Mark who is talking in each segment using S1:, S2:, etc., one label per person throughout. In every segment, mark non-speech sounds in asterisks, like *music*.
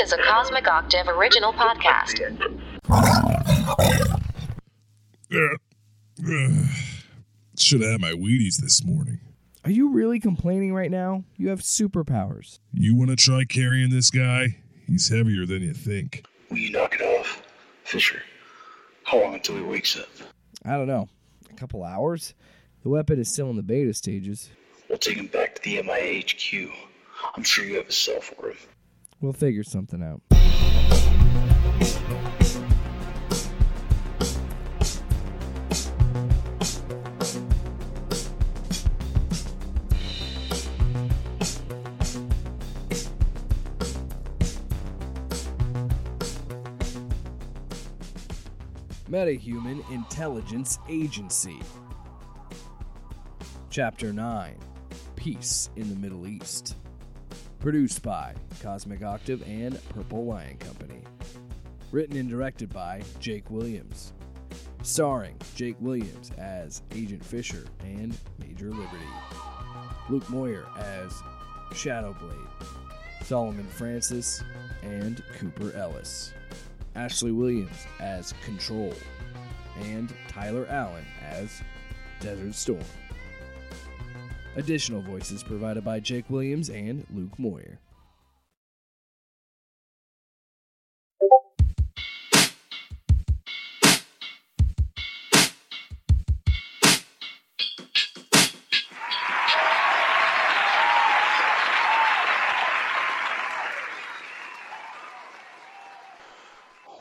S1: is a Cosmic Octave original podcast.
S2: Should have had my Wheaties this morning.
S3: Are you really complaining right now? You have superpowers.
S2: You want to try carrying this guy? He's heavier than you think.
S4: Will you knock it off, Fisher? How long until he wakes up?
S3: I don't know. A couple hours? The weapon is still in the beta stages.
S4: We'll take him back to the MIA HQ. I'm sure you have a cell for him.
S3: We'll figure something out. Metahuman Intelligence Agency. Chapter 9 Peace in the Middle East. Produced by Cosmic Octave and Purple Lion Company. Written and directed by Jake Williams. Starring Jake Williams as Agent Fisher and Major Liberty. Luke Moyer as Shadowblade. Solomon Francis and Cooper Ellis. Ashley Williams as Control. And Tyler Allen as Desert Storm. Additional voices provided by Jake Williams and Luke Moyer.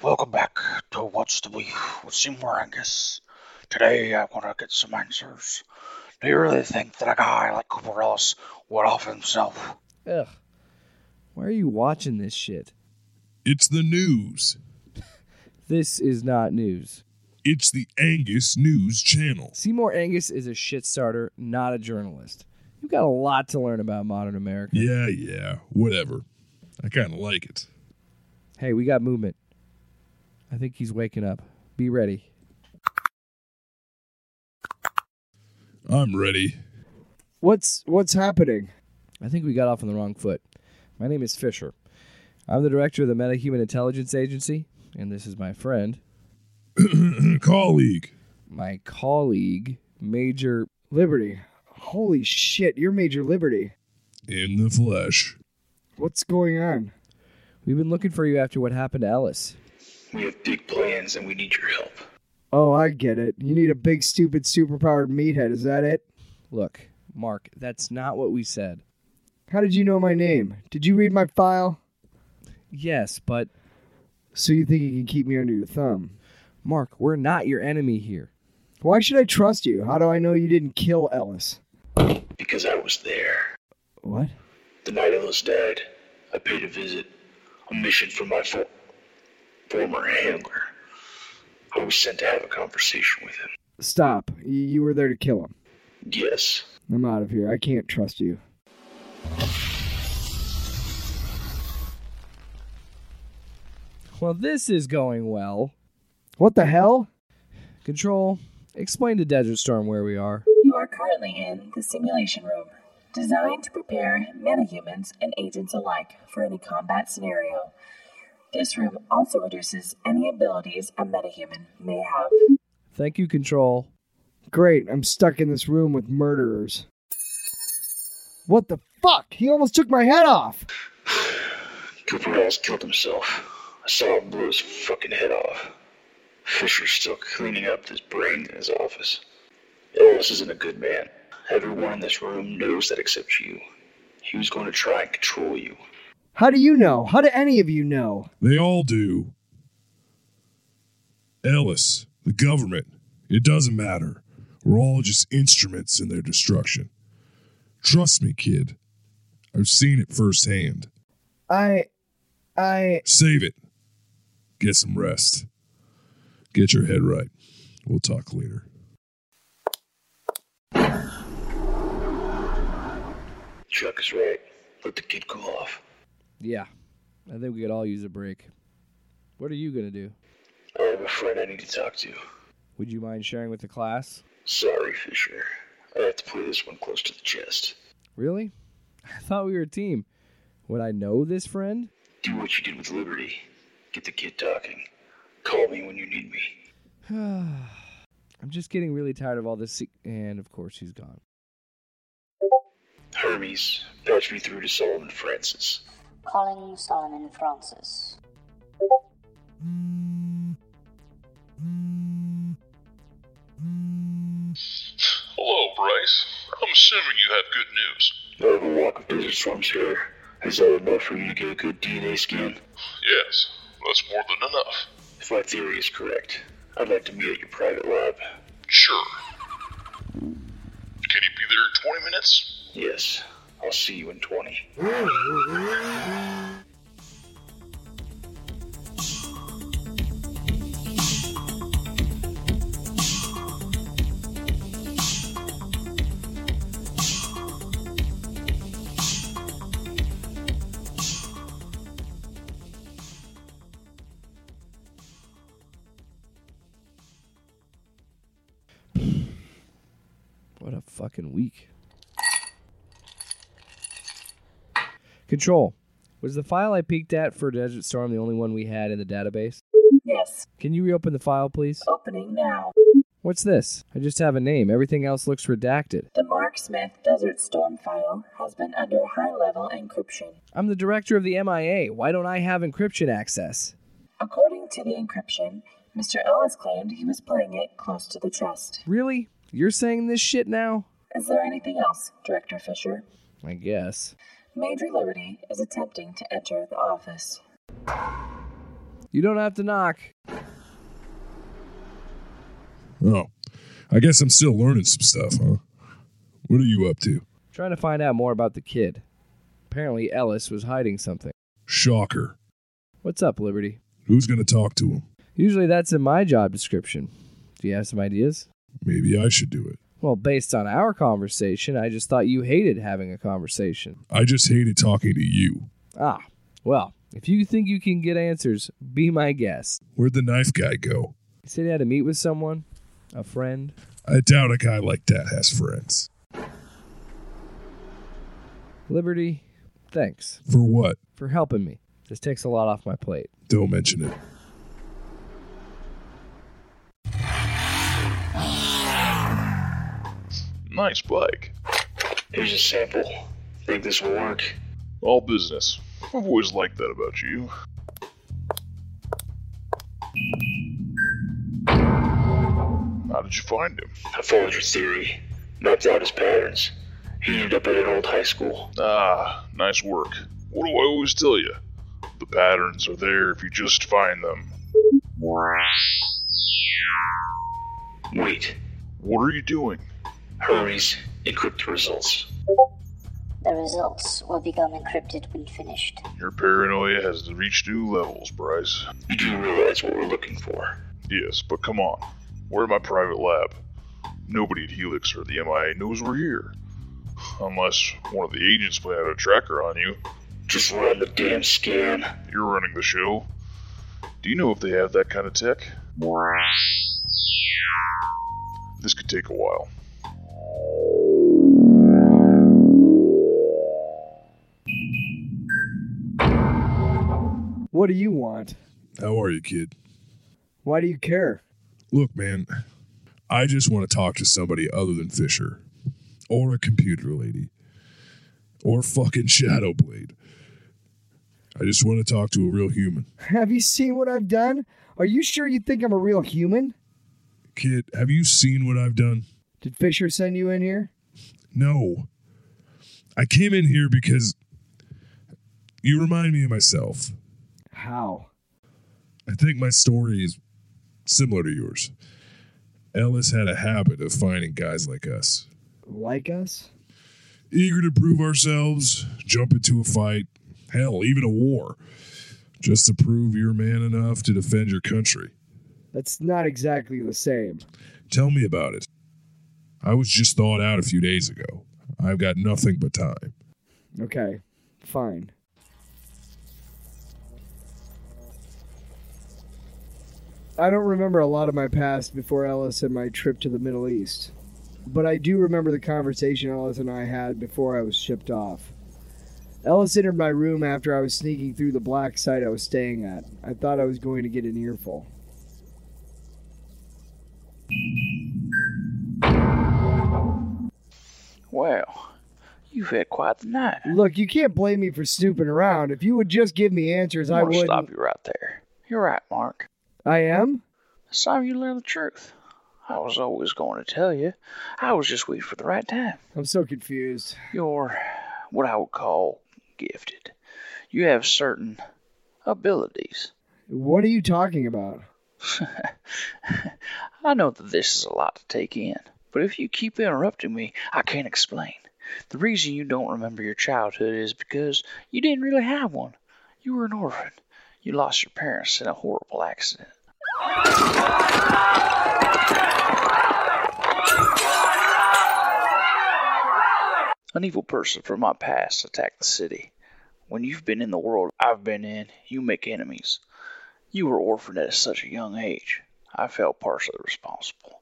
S4: Welcome back to What's the Beef with Seymour Angus. Today I want to get some answers. Do you really think that a guy like Cooper Ellis would offer himself?
S3: Ugh. Why are you watching this shit?
S2: It's the news.
S3: This is not news.
S2: It's the Angus News Channel.
S3: Seymour Angus is a shit starter, not a journalist. You've got a lot to learn about modern America.
S2: Yeah, yeah, whatever. I kind of like it.
S3: Hey, we got movement. I think he's waking up. Be ready.
S2: I'm ready. *clears throat*
S3: What's what's happening? I think we got off on the wrong foot. My name is Fisher. I'm the director of the Metahuman Intelligence Agency, and this is my friend,
S2: Colleague.
S3: my colleague, Major
S5: Liberty. Holy shit, you're Major Liberty.
S2: In the flesh.
S5: What's going on?
S3: We've been looking for you after what happened to Ellis.
S4: We have big plans and we need your help.
S5: Oh, I get it. You need a big, stupid, superpowered meathead, is that it?
S3: Look, Mark, that's not what we said.
S5: How did you know my name? Did you read my file?
S3: Yes, but
S5: So you think you can keep me under your thumb?
S3: Mark, we're not your enemy here.
S5: Why should I trust you? How do I know you didn't kill Ellis?
S4: Because I was there.
S5: What?
S4: The night Ellis died, I paid a visit, a mission from my fo- former handler. I was sent to have a conversation with him.
S5: Stop. Y- You were there to kill him.
S4: Yes,
S5: I'm out of here. I can't trust you.
S3: Well, this is going well.
S5: What the hell?
S3: Control, explain to Desert Storm where we are.
S6: You are currently in the simulation room, designed to prepare metahumans and agents alike for any combat scenario. This room also reduces any abilities a metahuman may have.
S3: Thank you, Control.
S5: Great, I'm stuck in this room with murderers. What the fuck? He almost took my head off!
S4: Cooper Ellis killed himself. I saw him blow his fucking head off. Fisher's still cleaning up his brains in his office. Ellis isn't a good man. Everyone in this room knows that except you. He was going to try and control you.
S5: How do you know? How do any of you know?
S2: They all do. Ellis, the government, it doesn't matter. We're all just instruments in their destruction. Trust me, kid. I've seen it firsthand.
S5: I, I,
S2: Save it. Get some rest. Get your head right. We'll talk later.
S4: Chuck is right. Let the kid cool off.
S3: Yeah, I think we could all use a break. What are you going to do?
S4: I have a friend I need to talk to.
S3: Would you mind sharing with the class?
S4: Sorry, Fisher. I have to play this one close to the chest.
S3: Really? I thought we were a team. Would I know this friend? *sighs*
S4: Do what you did with Liberty. Get the kid talking. Call me when you need me.
S3: I'm just getting really tired of all this. se- and of course, he's gone.
S4: Hermes, patch me through to Solomon Francis.
S7: Calling Solomon Francis.
S8: Hello, Bryce. I'm assuming you have good news.
S4: I have a walk of business from here. Is that enough for you to get a good DNA scan?
S8: Yes, that's more than enough.
S4: If my theory is correct, I'd like to meet at your private lab.
S8: Sure. Can you be there in 20 minutes?
S4: Yes, I'll see you in 20.
S3: What a fucking week. Control. Was the file I peeked at for Desert Storm the only one we had in the database?
S6: Yes,
S3: Can you reopen the file, please?
S6: opening now.
S3: What's this? I just have a name. Everything else looks redacted.
S6: The Mark Smith Desert Storm file has been under high level encryption.
S3: I'm the director of the MIA. Why don't I have encryption access?
S6: According to the encryption, Mr. Ellis claimed he was playing it close to the chest.
S3: Really? You're saying this shit now?
S6: Is there anything else, Director Fisher?
S3: I guess.
S6: Major Liberty is attempting to enter the office.
S3: You don't have to knock.
S2: Oh, I guess I'm still learning some stuff, huh? What are you up to?
S3: Trying to find out more about the kid. Apparently, Ellis was hiding something.
S2: Shocker.
S3: What's up, Liberty?
S2: Who's going to talk to him?
S3: Usually that's in my job description. Do you have some ideas?
S2: Maybe I should do it.
S3: Well, based on our conversation, I just thought you hated having a conversation.
S2: I just hated talking to you.
S3: Ah, well, if you think you can get answers, be my guest.
S2: Where'd the knife guy go?
S3: He said he had to meet with someone, a friend.
S2: I doubt a guy like that has friends.
S3: Liberty, thanks
S2: For what?
S3: for helping me. This takes a lot off my plate.
S2: Don't mention it.
S8: Nice bike.
S4: Here's a sample. Think this will work?
S8: All business. I've always liked that about you. How did you find him?
S4: I followed your theory, mapped out his patterns. He ended up at an old high school.
S8: Ah, nice work. What do I always tell you? The patterns are there if you just find them.
S4: Wait,
S8: What are you doing?
S4: Hermes, encrypt the results.
S7: The results will become encrypted when finished.
S8: Your paranoia Oh, has reached new levels, Bryce.
S4: You do realize what we're looking for.
S8: Yes, but come on. We're in my private lab. Nobody at Helix or the MIA knows we're here. Unless one of the agents planted a tracker on you.
S4: Just run the damn scan.
S8: You're running the show. Do you know if they have that kind of tech? This could take a while.
S5: What do you want?
S2: How are you, kid?
S5: Why do you care? *laughs*
S2: Look, man, I just want to talk to somebody other than Fisher or a computer lady or fucking Shadowblade. I just want to talk to a real human.
S5: Have you seen what I've done? Are you sure you think I'm a real human?
S2: Kid, have you seen what I've done?
S5: Did Fisher send you in here?
S2: No. I came in here because you remind me of myself.
S5: How?
S2: I think my story is similar to yours. Ellis had a habit of finding guys like us,
S5: Like us?
S2: eager to prove ourselves, jump into a fight, hell, even a war, just to prove you're man enough to defend your country.
S5: That's not exactly the same.
S2: Tell me about it. I was just thawed out a few days ago. I've got nothing but time.
S5: Okay, fine. I don't remember a lot of my past before Ellis and my trip to the Middle East, but I do remember the conversation Ellis and I had before I was shipped off. Ellis entered my room after I was sneaking through the black site I was staying at. I thought I was going to get an earful.
S4: Wow, you've had quite the night.
S5: Look, you can't blame me for snooping around. If you would just give me answers, I
S4: I'm gonna
S5: would.
S4: stop you right there. You're right, Mark.
S5: I am?
S4: It's time you learn the truth. I was always going to tell you. I was just waiting for the right time.
S5: I'm so confused.
S4: You're what I would call gifted. You have certain abilities.
S5: What are you talking about?
S4: I know that this is a lot to take in, but if you keep interrupting me, I can't explain. The reason you don't remember your childhood is because you didn't really have one. You were an orphan. You lost your parents in a horrible accident. An evil person from my past attacked the city. When you've been in the world I've been in, you make enemies. You were orphaned at such a young age. I felt partially responsible.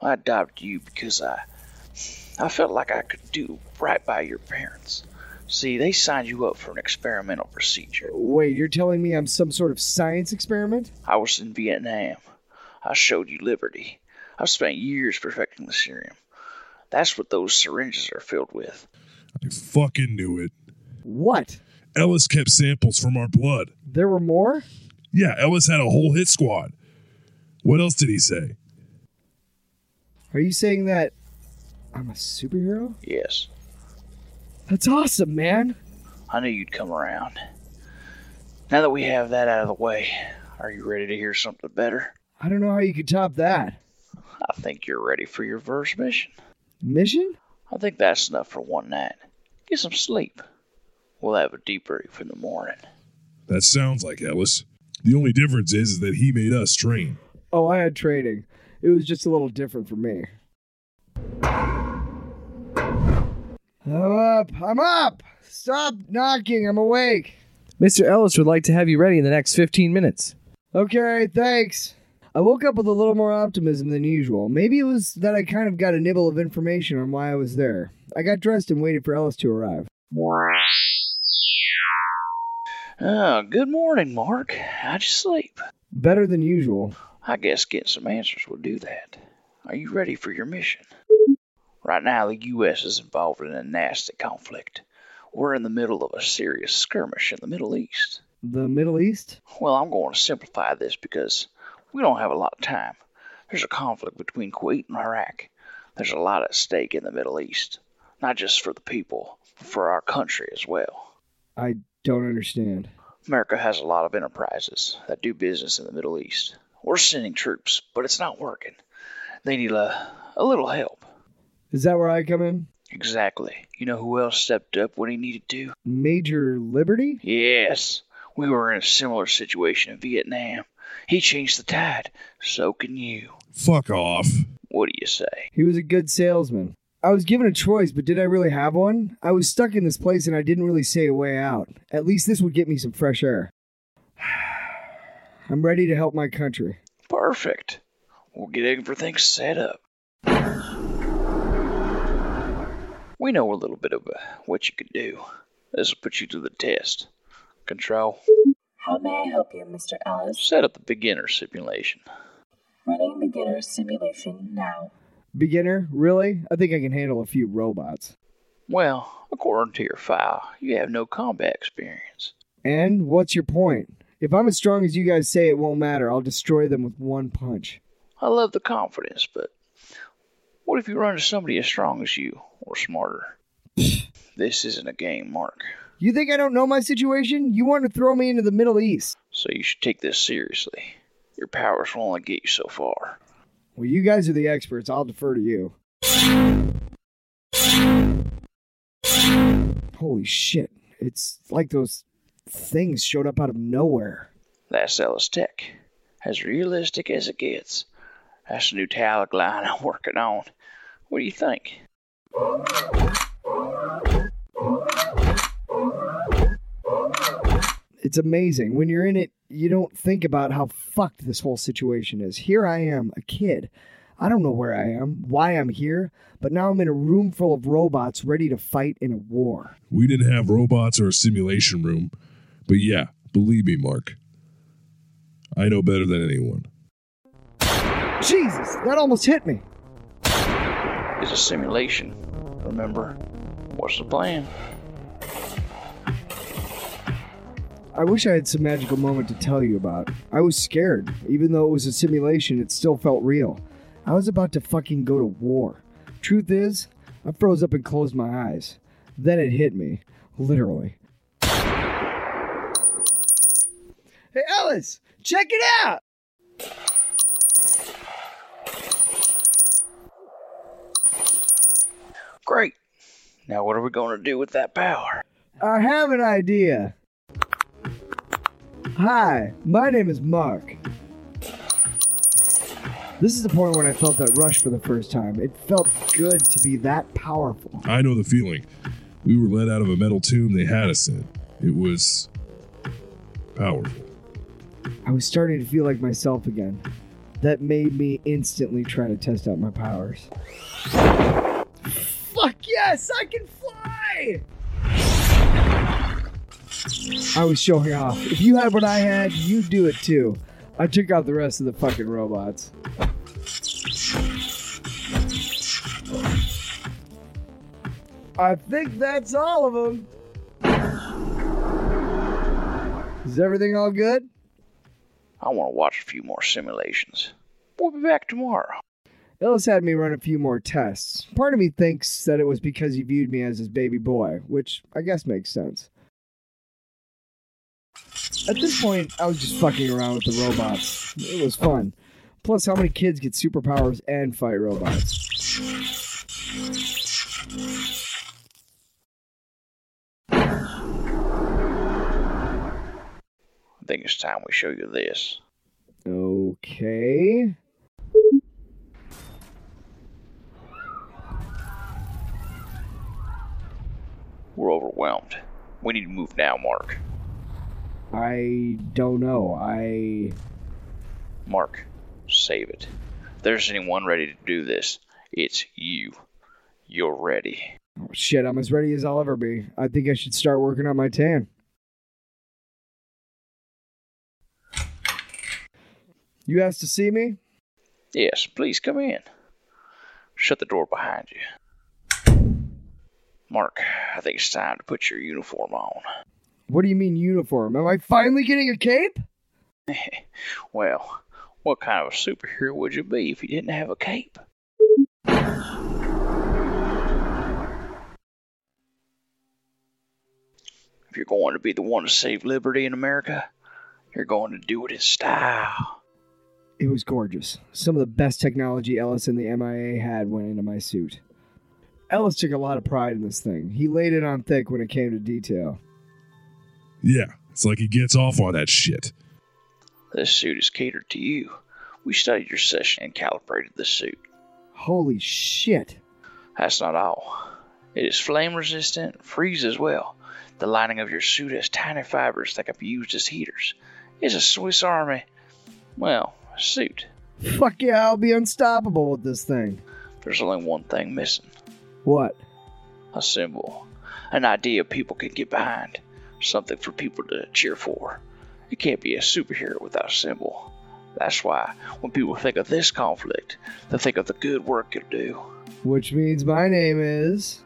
S4: I adopted you because I I felt like I could do right by your parents. See, they signed you up for an experimental procedure.
S5: Wait, you're telling me I'm some sort of science experiment?
S4: I was in Vietnam. I showed you liberty. I've spent years perfecting the serum. That's what those syringes are filled with.
S2: I fucking knew it.
S5: What?
S2: Ellis kept samples from our blood.
S5: There were more?
S2: Yeah, Ellis had a whole hit squad. What else did he say?
S5: Are you saying that I'm a superhero?
S4: Yes,
S5: That's awesome, man.
S4: I knew you'd come around. Now that we have that out of the way, are you ready to hear something better?
S5: I don't know how you could top that.
S4: I think you're ready for your first mission.
S5: Mission?
S4: I think that's enough for one night. Get some sleep. We'll have a debrief in the morning.
S2: That sounds like Ellis. The only difference is, is that he made us train.
S5: Oh, I had training. It was just a little different for me. I'm up. I'm up. Stop knocking. I'm awake.
S3: Mr. Ellis would like to have you ready in the next 15 minutes.
S5: Okay, thanks. I woke up with a little more optimism than usual. Maybe it was that I kind of got a nibble of information on why I was there. I got dressed and waited for Ellis to arrive.
S4: Ah, good morning, Mark. How'd you sleep?
S5: Better than usual.
S4: I guess getting some answers will do that. Are you ready for your mission? Right now, the U.S. is involved in a nasty conflict. We're in the middle of a serious skirmish in the Middle East.
S5: The Middle East?
S4: Well, I'm going to simplify this because we don't have a lot of time. There's a conflict between Kuwait and Iraq. There's a lot at stake in the Middle East, not just for the people, but for our country as well.
S5: I don't understand.
S4: America has a lot of enterprises that do business in the Middle East. We're sending troops, but it's not working. They need a, a little help.
S5: Is that where I come in?
S4: Exactly. You know who else stepped up when he needed to?
S5: Major Liberty?
S4: Yes, we were in a similar situation in Vietnam. He changed the tide. So can you.
S2: Fuck off.
S4: What do you say?
S5: He was a good salesman. I was given a choice, but did I really have one? I was stuck in this place and I didn't really see a way out. At least this would get me some fresh air. *sighs* I'm ready to help my country.
S4: Perfect. We'll get everything set up. We know a little bit of uh, what you could do. This will put you to the test. Control,
S6: How may I help you, Mr. Ellis?
S4: set up the beginner simulation.
S6: Running beginner simulation now.
S5: Beginner? Really? I think I can handle a few robots.
S4: Well, according to your file, you have no combat experience.
S5: And what's your point? If I'm as strong as you guys say, it won't matter. I'll destroy them with one punch.
S4: I love the confidence, but what if you run into somebody as strong as you or smarter? this isn't a game, Mark,
S5: You think I don't know my situation? You want to throw me into the Middle East?
S4: so you should take this seriously. Your powers will only get you so far.
S5: Well, you guys are the experts. I'll defer to you. Holy shit. It's like those things showed up out of nowhere.
S4: That's Ellis Tech. As realistic as it gets. That's the new tag line *laughs* I'm working on. What do you think?
S5: It's amazing. When you're in it, you don't think about how fucked this whole situation is. Here I am, a kid. I don't know where I am, why I'm here, but now I'm in a room full of robots ready to fight in a war.
S2: We didn't have robots or a simulation room, but yeah, believe me, Mark. I know better than anyone.
S5: Jesus, that almost hit me.
S4: It's a simulation. Remember? What's the plan?
S5: I wish I had some magical moment to tell you about. I was scared. Even though it was a simulation, it still felt real. I was about to fucking go to war. Truth is, I froze up and closed my eyes. Then it hit me. Literally. Hey, Ellis! Check it out!
S4: Great. Now what are we going to do with that power?
S5: I have an idea. Hi, my name is Mark. This is the point when I felt that rush for the first time. It felt good to be that powerful.
S2: I know the feeling. We were let out of a metal tomb they had us in. It was powerful.
S5: I was starting to feel like myself again. That made me instantly try to test out my powers. Fuck yes, I can fly! I was showing off. If you had what I had, you do it too. I took out the rest of the fucking robots. I think that's all of them. Is everything all good?
S4: I want to watch a few more simulations. We'll be back tomorrow.
S5: Ellis had me run a few more tests. Part of me thinks that it was because he viewed me as his baby boy, which I guess makes sense. At this point, I was just fucking around with the robots. It was fun. Plus, how many kids get superpowers and fight robots?
S4: I think it's time we show you this.
S5: Okay.
S4: We're overwhelmed. We need to move now, Mark.
S5: I don't know. I.
S4: Mark, save it. If there's anyone ready to do this, it's you. You're ready.
S5: Oh, shit, I'm as ready as I'll ever be. I think I should start working on my tan. You asked to see me?
S4: Yes, please come in. Shut the door behind you. Mark, I think it's time to put your uniform on.
S5: What do you mean uniform? Am I finally getting a cape?
S4: Well, what kind of a superhero would you be if you didn't have a cape? If you're going to be the one to save liberty in America, you're going to do it in style.
S5: It was gorgeous. Some of the best technology Ellis and the MIA had went into my suit. Ellis took a lot of pride in this thing. He laid it on thick when it came to detail.
S2: Yeah, it's like he gets off on that shit.
S4: This suit is catered to you. We studied your session and calibrated the suit.
S5: Holy shit.
S4: That's not all. It is flame resistant, freeze as well. The lining of your suit has tiny fibers that can be used as heaters. It's a Swiss Army, well, suit.
S5: Fuck yeah, I'll be unstoppable with this thing.
S4: There's only one thing missing
S5: What?
S4: a symbol, an idea people can get behind, something for people to cheer for. You can't be a superhero without a symbol. That's why when people think of this conflict, they think of the good work you do.
S5: Which means my name is.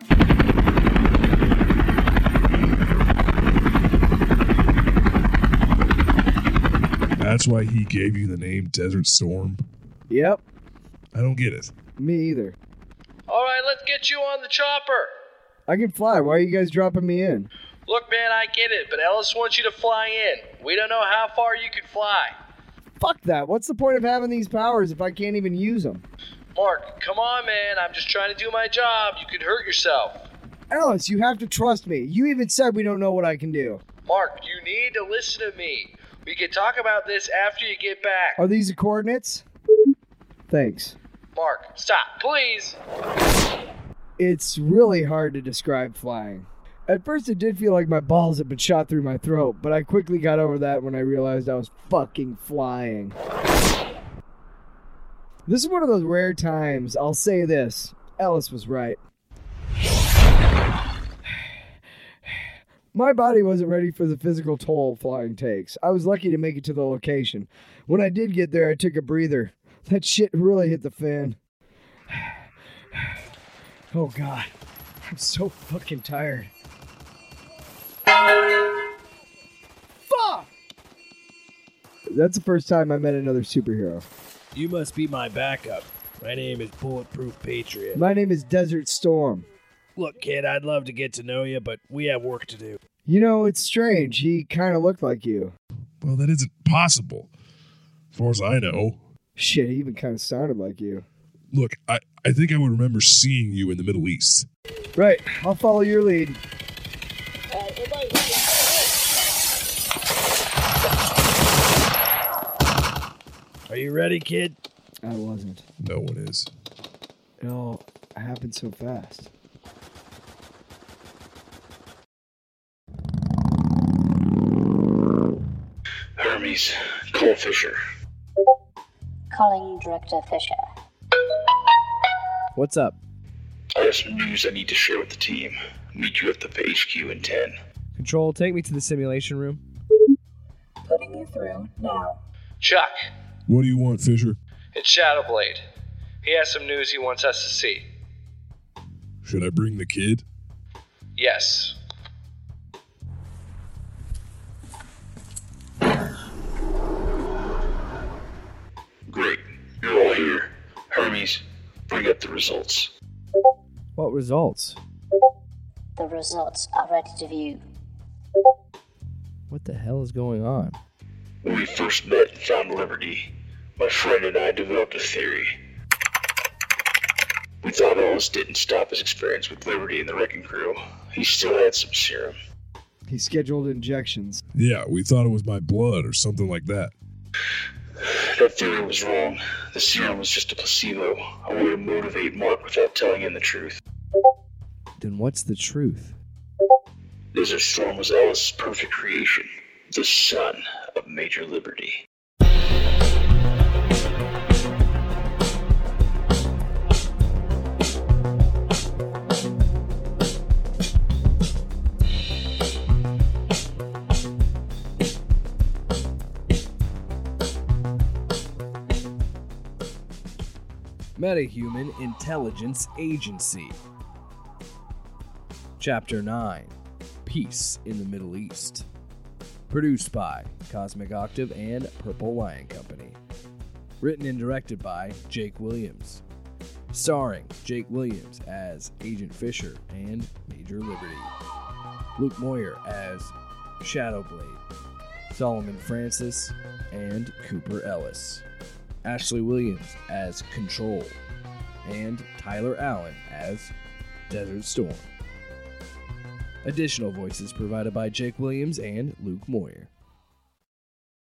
S2: That's why he gave you the name Desert Storm.
S5: Yep,
S2: I don't get it.
S5: me either.
S9: All right, let's get you on the chopper.
S5: I can fly. Why are you guys dropping me in?
S9: Look, man, I get it, but Ellis wants you to fly in. We don't know how far you can fly.
S5: Fuck that. What's the point of having these powers if I can't even use them?
S9: Mark, come on, man. I'm just trying to do my job. You could hurt yourself.
S5: Ellis, you have to trust me. You even said we don't know what I can do.
S9: Mark, you need to listen to me. We can talk about this after you get back.
S5: Are these the coordinates? Thanks.
S9: Mark, stop, please.
S5: It's really hard to describe flying. At first, it did feel like my balls had been shot through my throat, but I quickly got over that when I realized I was fucking flying. This is one of those rare times I'll say this. Ellis was right. My body wasn't ready for the physical toll flying takes. I was lucky to make it to the location. When I did get there, I took a breather. That shit really hit the fan. Oh god. I'm so fucking tired. Fuck! That's the first time I met another superhero.
S3: You must be my backup. My name is Bulletproof Patriot.
S5: My name is Desert Storm.
S3: Look, kid, I'd love to get to know you, but we have work to do.
S5: You know, it's strange. He kind of looked like you.
S2: Well, that isn't possible. As far as I know.
S5: Shit, he even kind of sounded like you.
S2: Look, I, I think I would remember seeing you in the Middle East.
S5: Right, I'll follow your lead.
S3: Are you ready, kid?
S5: I wasn't.
S2: No one is.
S5: It all happened so fast.
S8: Hermes, call Fisher.
S7: Calling Director Fisher.
S3: What's up?
S8: I have some news I need to share with the team. Meet you at the HQ in 10.
S3: Control, take me to the simulation room.
S6: Putting you through now.
S10: Chuck,
S2: What do you want, Fisher?
S10: it's Shadowblade. He has some news he wants us to see.
S2: Should I bring the kid?
S10: Yes.
S8: Great. You're all here. Hermes, bring up the results.
S3: What results?
S7: The results are ready to view.
S3: What the hell is going on?
S8: When we first met and found Liberty, my friend and I developed a theory. We thought Ellis didn't stop his experience with Liberty and the Wrecking Crew. He still had some serum.
S5: He scheduled injections.
S2: Yeah, we thought it was my blood or something like that.
S8: That theory was wrong. The serum was just a placebo, a way to motivate Mark without telling him the truth.
S3: Then what's the truth?
S8: Desert Storm was Ellis' perfect creation, the son of Major Liberty.
S3: Metahuman Intelligence Agency. Chapter 9 Peace in the Middle East. Produced by Cosmic Octave and Purple Lion Company. Written and directed by Jake Williams. Starring Jake Williams as Agent Fisher and Major Liberty. Luke Moyer as Shadowblade. Solomon Francis and Cooper Ellis. Ashley Williams as Control, and Tyler Allen as Desert Storm. Additional voices provided by Jake Williams and Luke Moyer.